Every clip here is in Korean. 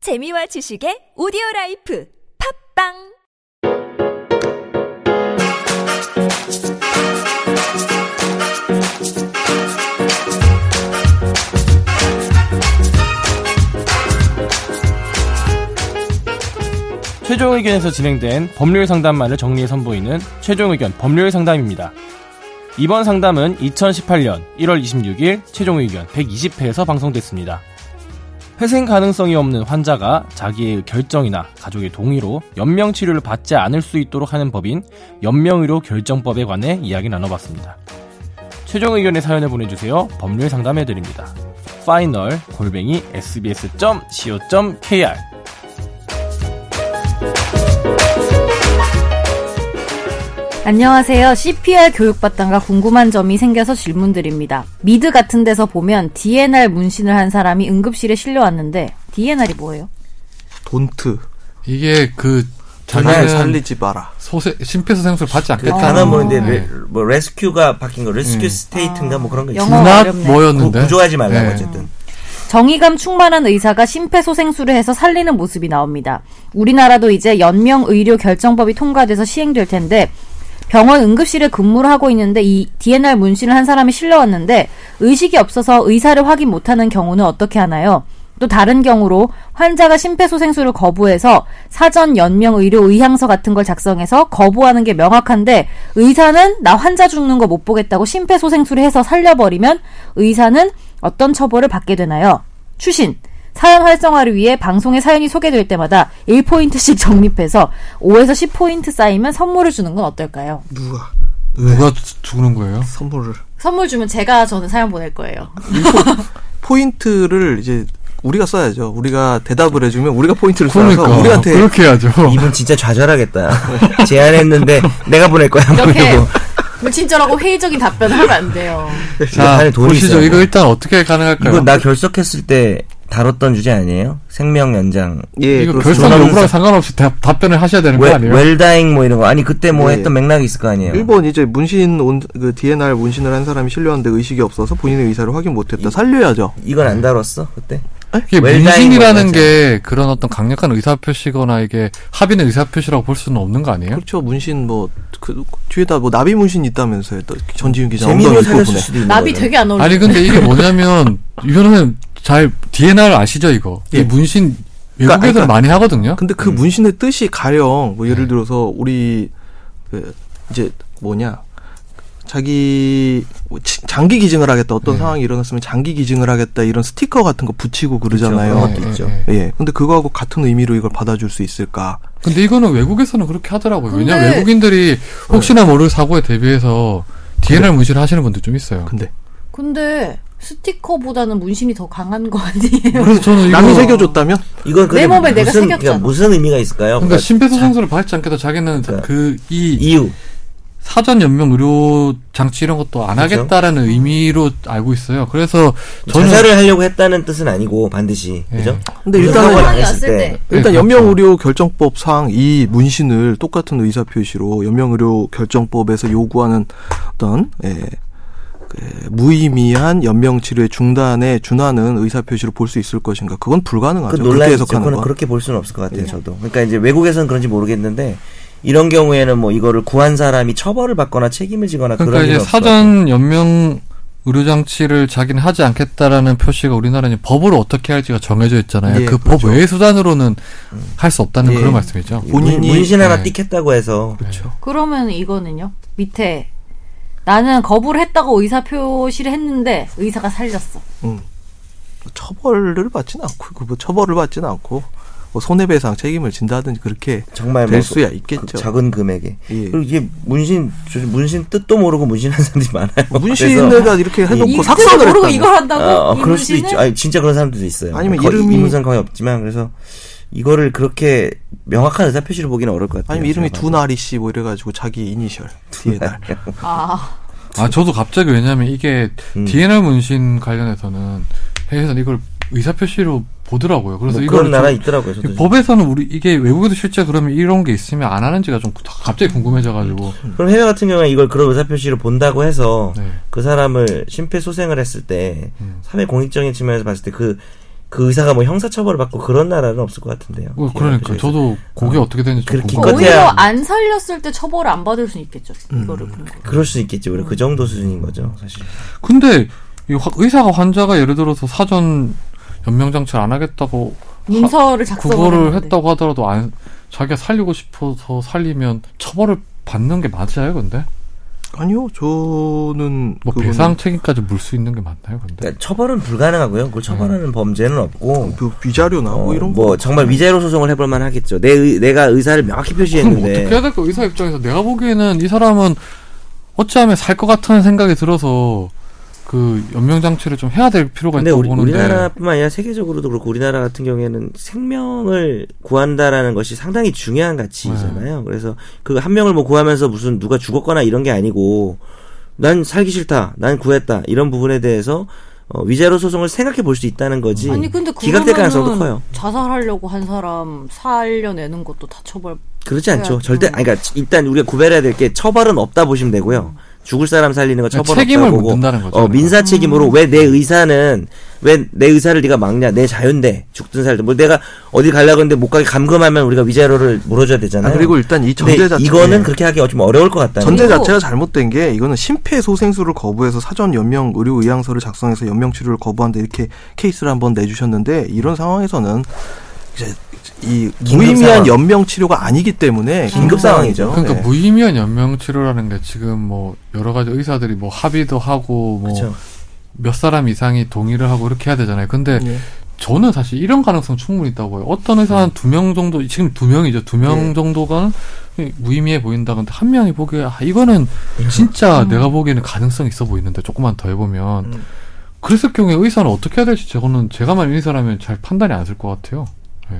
재미와 지식의 오디오 라이프 팝빵 최종 의견에서 진행된 법률 상담만을 정리해 선보이는 최종 의견 법률 상담입니다. 이번 상담은 2018년 1월 26일 최종 의견 120회에서 방송됐습니다. 회생 가능성이 없는 환자가 자기의 결정이나 가족의 동의로 연명 치료를 받지 않을 수 있도록 하는 법인 연명의료 결정법에 관해 이야기 나눠봤습니다. 최종 의견의 사연을 보내주세요. 법률 상담해 드립니다. 파이널 골뱅이 sbs.co.kr 안녕하세요. CPR 교육받다가 궁금한 점이 생겨서 질문드립니다. 미드 같은 데서 보면 DNR 문신을 한 사람이 응급실에 실려왔는데 DNR이 뭐예요? 돈트 아, 이게 그 전혀 자기는 살리지 마라. 소세 심폐소생술 받지 네. 그 않겠다. 단어 뭐인데 음. 레, 뭐 레스큐가 바뀐 거 레스큐 스테이트인가 뭐 그런 거 영어. 있어요. 문학 어렵네. 구- 뭐였는데. 구조하지 말라고 네. 어쨌든. 정의감 충만한 의사가 심폐소생술을 해서 살리는 모습이 나옵니다. 우리나라도 이제 연명 의료 결정법이 통과돼서 시행될 텐데 병원 응급실에 근무를 하고 있는데 이 DNR 문신을 한 사람이 실려왔는데 의식이 없어서 의사를 확인 못하는 경우는 어떻게 하나요? 또 다른 경우로 환자가 심폐소생술을 거부해서 사전 연명 의료 의향서 같은 걸 작성해서 거부하는 게 명확한데 의사는 나 환자 죽는 거 못 보겠다고 심폐소생술을 해서 살려버리면 의사는 어떤 처벌을 받게 되나요? 추신 사연 활성화를 위해 방송에 사연이 소개될 때마다 1포인트씩 적립해서 5에서 10포인트 쌓이면 선물을 주는 건 어떨까요? 누가 누가 네. 주- 죽는 거예요? 선물을 선물 주면 제가 저는 사연 보낼 거예요. 포인트를 이제 우리가 써야죠. 우리가 대답을 해주면 우리가 포인트를 써서 그러니까 우리한테 그렇게 해야죠. 이분 진짜 좌절하겠다. 제안했는데 내가 보낼 거야. 뭐 이렇게 이러고. 불친절하고 회의적인 답변을 하면 안 돼요. 자 안에 돈이 보시죠. 있어요. 이거 일단 어떻게 가능할까요? 이거 나 결석했을 때 다뤘던 주제 아니에요? 생명 연장. 예, 이거 그렇습니다. 결선 조남사. 요구랑 상관없이 대- 답변을 하셔야 되는 거 웰- 아니에요? 웰다잉 뭐 이런 거. 아니 그때 뭐 예. 했던 맥락이 있을 거 아니에요. 일본 이제 문신 온, 그 DNR 문신을 한 사람이 실려왔는데 의식이 없어서 본인의 의사를 확인 못했다. 살려야죠. 이건 안 다뤘어 그때. 이게 웰다잉 문신이라는 거죠. 게 그런 어떤 강력한 의사 표시거나 이게 합의는 의사 표시라고 볼 수는 없는 거 아니에요? 그렇죠. 문신 뭐그 뒤에다 뭐 나비 문신 있다면서요. 또 전지윤 기자 재미로 엉덩이 살렸을 부분에. 수도 있는 나비 거죠. 되게 안 어울려. 아니 근데 이게 뭐냐면 이거는 잘 DNR 아시죠 이거? 이 예. 문신 그러니까, 외국에서는 그러니까- 많이 하거든요. 근데 음. 그 문신의 뜻이 가령 뭐 네. 예를 들어서 우리 그 이제 뭐냐 자기 치- 장기 기증을 하겠다 어떤 네. 상황이 일어났으면 장기 기증을 하겠다 이런 스티커 같은 거 붙이고 그러잖아요. 그런 것도 예, 있죠. 네, 예, 예. 예. 근데 그거하고 같은 의미로 이걸 받아줄 수 있을까? 근데 이거는 외국에서는 그렇게 하더라고요. 왜냐 면 근데- 어. 외국인들이 혹시나 모를 사고에 대비해서 DNR 문신을 하시는 분들 좀 있어요. 근데 근데 스티커보다는 문신이 더 강한 거 아니에요? 그래서 저는 이거 남이 새겨줬다면 이건 내 근데 몸에 내가 무슨, 새겼잖아. 그러니까 무슨 의미가 있을까요? 그러니까 그러니까 심폐소생술을 받지 않겠다 자기는 그러니까 그 이 이유. 사전 연명 의료 장치 이런 것도 안 그죠? 하겠다라는 의미로 알고 있어요. 음. 그래서 저는 자살을 하려고 했다는 뜻은 아니고 반드시 네. 그죠? 근데 무슨 일단은- 상황이 상황이 왔을 왔을 때. 일단 네, 연명 그렇죠. 의료 결정법상 이 문신을 똑같은 의사 표시로 연명 의료 결정법에서 요구하는 어떤 예, 그 무의미한 연명 치료의 중단에 준하는 의사 표시로 볼 수 있을 것인가? 그건 불가능하죠. 그 그렇게 논란이 있죠. 해석하는 그거는 건. 그렇게 볼 수는 없을 것 같아요, 저도. 그러니까 이제 외국에서는 그런지 모르겠는데 이런 경우에는 뭐 이거를 구한 사람이 처벌을 받거나 책임을 지거나 그러니까 그런 이제 일은 없을 것 같아요. 사전 연명 의료 장치를 자기는 하지 않겠다라는 표시가 우리나라는 이제 법으로 어떻게 할지가 정해져 있잖아요. 예, 그 법 그렇죠. 외의 수단으로는 할 수 없다는 예. 그런 말씀이죠. 본인이- 문- 문신 하나 네. 띡했다고 해서 그렇죠. 그러면 이거는요? 밑에 나는 거부를 했다고 의사 표시를 했는데 의사가 살렸어. 처벌을 받지는 않고 그뭐 처벌을 받지는 않고 뭐 손해배상 책임을 진다든지 그렇게 정말 될 뭐 수야 그- 있겠죠. 그 작은 금액에. 예. 그리고 이게 문신 저- 문신 뜻도 모르고 문신한 사람들이 많아요. 그래서- 뭐 문신에다 이렇게 해놓고 이거 삭삭을 모르고 했다. 이걸 한다고? 아, 이 그럴 수도 문신을? 있죠. 아니 진짜 그런 사람들도 있어요. 아니면 거의 이름이- 이분 사람 거의 없지만 그래서 이거를 그렇게 명확한 의사 표시로 보기는 어려울 것 같아요. 아니면 이름이 제가 두나리 씨 뭐 이래가지고 자기 이니셜 DNR. 아, 아, 저도 갑자기 왜냐면 이게 음. DNR 문신 관련해서는 해외에서는 이걸 의사표시로 보더라고요. 그래서 뭐 이걸 그런 나라 있더라고요. 저도 법에서는 우리 이게 외국에도 실제 그러면 이런 게 있으면 안 하는지가 좀 갑자기 궁금해져가지고 그럼 해외 같은 경우에 이걸 그런 의사 표시를 본다고 해서 네. 음. 그 사람을 심폐소생을 했을 때 사회 공익적인 측면에서 봤을 때 그 그 그 의사가 뭐 형사처벌을 받고 그런 나라는 없을 것 같은데요. 어, 그러니까 저도 그게 어, 떻게 되는지 좀 예, 아, 그렇게 궁금해요. 기껏해야- 오히려 안 살렸을 때 처벌을 안 받을 수 있겠죠. 이거를 그런 거. 그럴 수 있겠지. 우리 그 정도 수준인 거죠, 사실. 근데 이 화- 의사가 환자가 예를 들어서 사전 연명 장치를 안 하겠다고 문서를 작성을 그거를 했는데. 했다고 하더라도 안 자기가 살리고 싶어서 살리면 처벌을 받는 게 맞아요, 근데 아니요, 저는 뭐 그거는 배상 책임까지 물 수 있는 게 맞나요, 근데 그러니까 처벌은 불가능하고요. 그걸 처벌하는 범죄는 없고. 그 위자료나 뭐 어, 이런 거. 뭐 정말 위자료 소송을 해볼 만 하겠죠. 내 의- 내가 의사를 명확히 그럼 어떻게 표시했는데 해야 될까? 의사 입장에서 내가 보기에는 이 사람은 어찌하면 살 것 같은 생각이 들어서 그 연명 장치를 좀 해야 될 필요가 근데 있다고 우리, 보는데 우리나라뿐만 아니라 세계적으로도 그렇고 우리나라 같은 경우에는 생명을 구한다라는 것이 상당히 중요한 가치잖아요. 그래서 그 한 명을 뭐 구하면서 무슨 누가 죽었거나 이런 게 아니고 난 살기 싫다, 난 구했다 이런 부분에 대해서 어, 위자료 소송을 생각해 볼 수 있다는 거지. 아니 근데 기각될 가능성도 그러면은 커요. 자살하려고 한 사람 살려내는 것도 다 처벌. 그렇지 않죠. 그래요. 절대 아니 그러니까 일단 우리가 구별해야 될 게 처벌은 없다 보시면 되고요. 죽을 사람 살리는 거 그러니까 처벌 책임을 없다 보고 묻는다는 거죠. 어, 민사 책임으로 왜 내 의사는 왜 내 의사를 네가 막냐? 내 자유인데 죽든 살든 뭐 내가 어디 가려고 했는데 못 가게 감금하면 우리가 위자료를 물어줘야 되잖아요. 아, 그리고 일단 이 근데 전제 자체 네. 이거는 그렇게 하기 좀 어려울 것 같다. 전제 그리고- 자체가 잘못된 게 이거는 심폐소생술을 거부해서 사전 연명 의료 의향서를 작성해서 연명 치료를 거부한다 이렇게 케이스를 한번 내주셨는데 이런 상황에서는 이제 이 긴급 무의미한 상황. 연명 치료가 아니기 때문에 긴급 상황이죠. 그러니까 네. 무의미한 연명 치료라는 게 지금 뭐 여러 가지 의사들이 뭐 합의도 하고 뭐 그렇죠. 몇 사람 이상이 동의를 하고 이렇게 해야 되잖아요. 근데 예. 저는 사실 이런 가능성 충분히 있다고 해요. 어떤 의사 네. 한 두 명 정도 지금 두 명이죠. 두 명 예. 정도가 무의미해 보인다. 근데 한 명이 보기에 아 이거는 예. 진짜 음. 내가 보기에는 가능성 이 있어 보이는데 조금만 더 해보면 그랬을 경우에 의사는 어떻게 해야 될지 저거는 제가만 의사라면 잘 판단이 안 쓸 것 같아요. 예.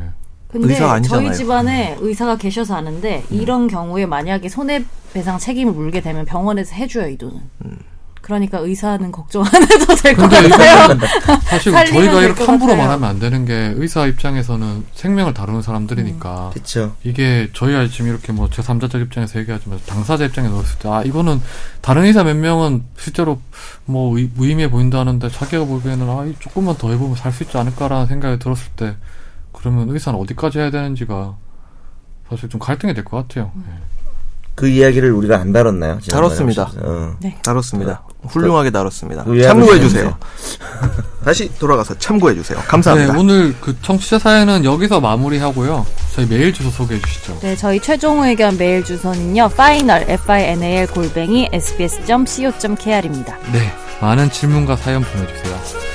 근데 의사가 아니잖아요. 저희 집안에 의사가 계셔서 아는데 이런 경우에 만약에 손해배상 책임을 물게 되면 병원에서 해줘요 이 돈은. 그러니까 의사는 걱정 안 해도 될 것 근데 같아요. 이거는 네. 사실 살리면 저희가 될 이렇게 것 함부로만 같아요. 하면 안 되는 게 의사 입장에서는 생명을 다루는 음, 사람들이니까 그렇죠. 이게 저희가 지금 이렇게 뭐 제3자적 입장에서 얘기하지만 당사자 입장에 넣었을 때 아 이거는 다른 의사 몇 명은 실제로 뭐 의- 무의미해 보인다는데 자기가 보기에는 아 이 조금만 더 해보면 살 수 있지 않을까라는 생각이 들었을 때 그러면 의사는 어디까지 해야 되는지가 사실 좀 갈등이 될 것 같아요. 음. 예. 그 이야기를 우리가 안 다뤘나요? 지난번에 다뤘습니다. 혹시? 어. 다뤘습니다. 훌륭하게 다뤘습니다. 네. 의외로 참고해 재밌네요. 주세요. 다시 돌아가서 참고해 주세요. 감사합니다. 네, 오늘 그 청취자 사회는 여기서 마무리하고요. 저희 메일 주소 소개해 주시죠. 네, 저희 최종 의견 메일 주소는요. final f i n a l 골뱅이 s b s c o k r 입니다. 네, 많은 질문과 사연 보내주세요.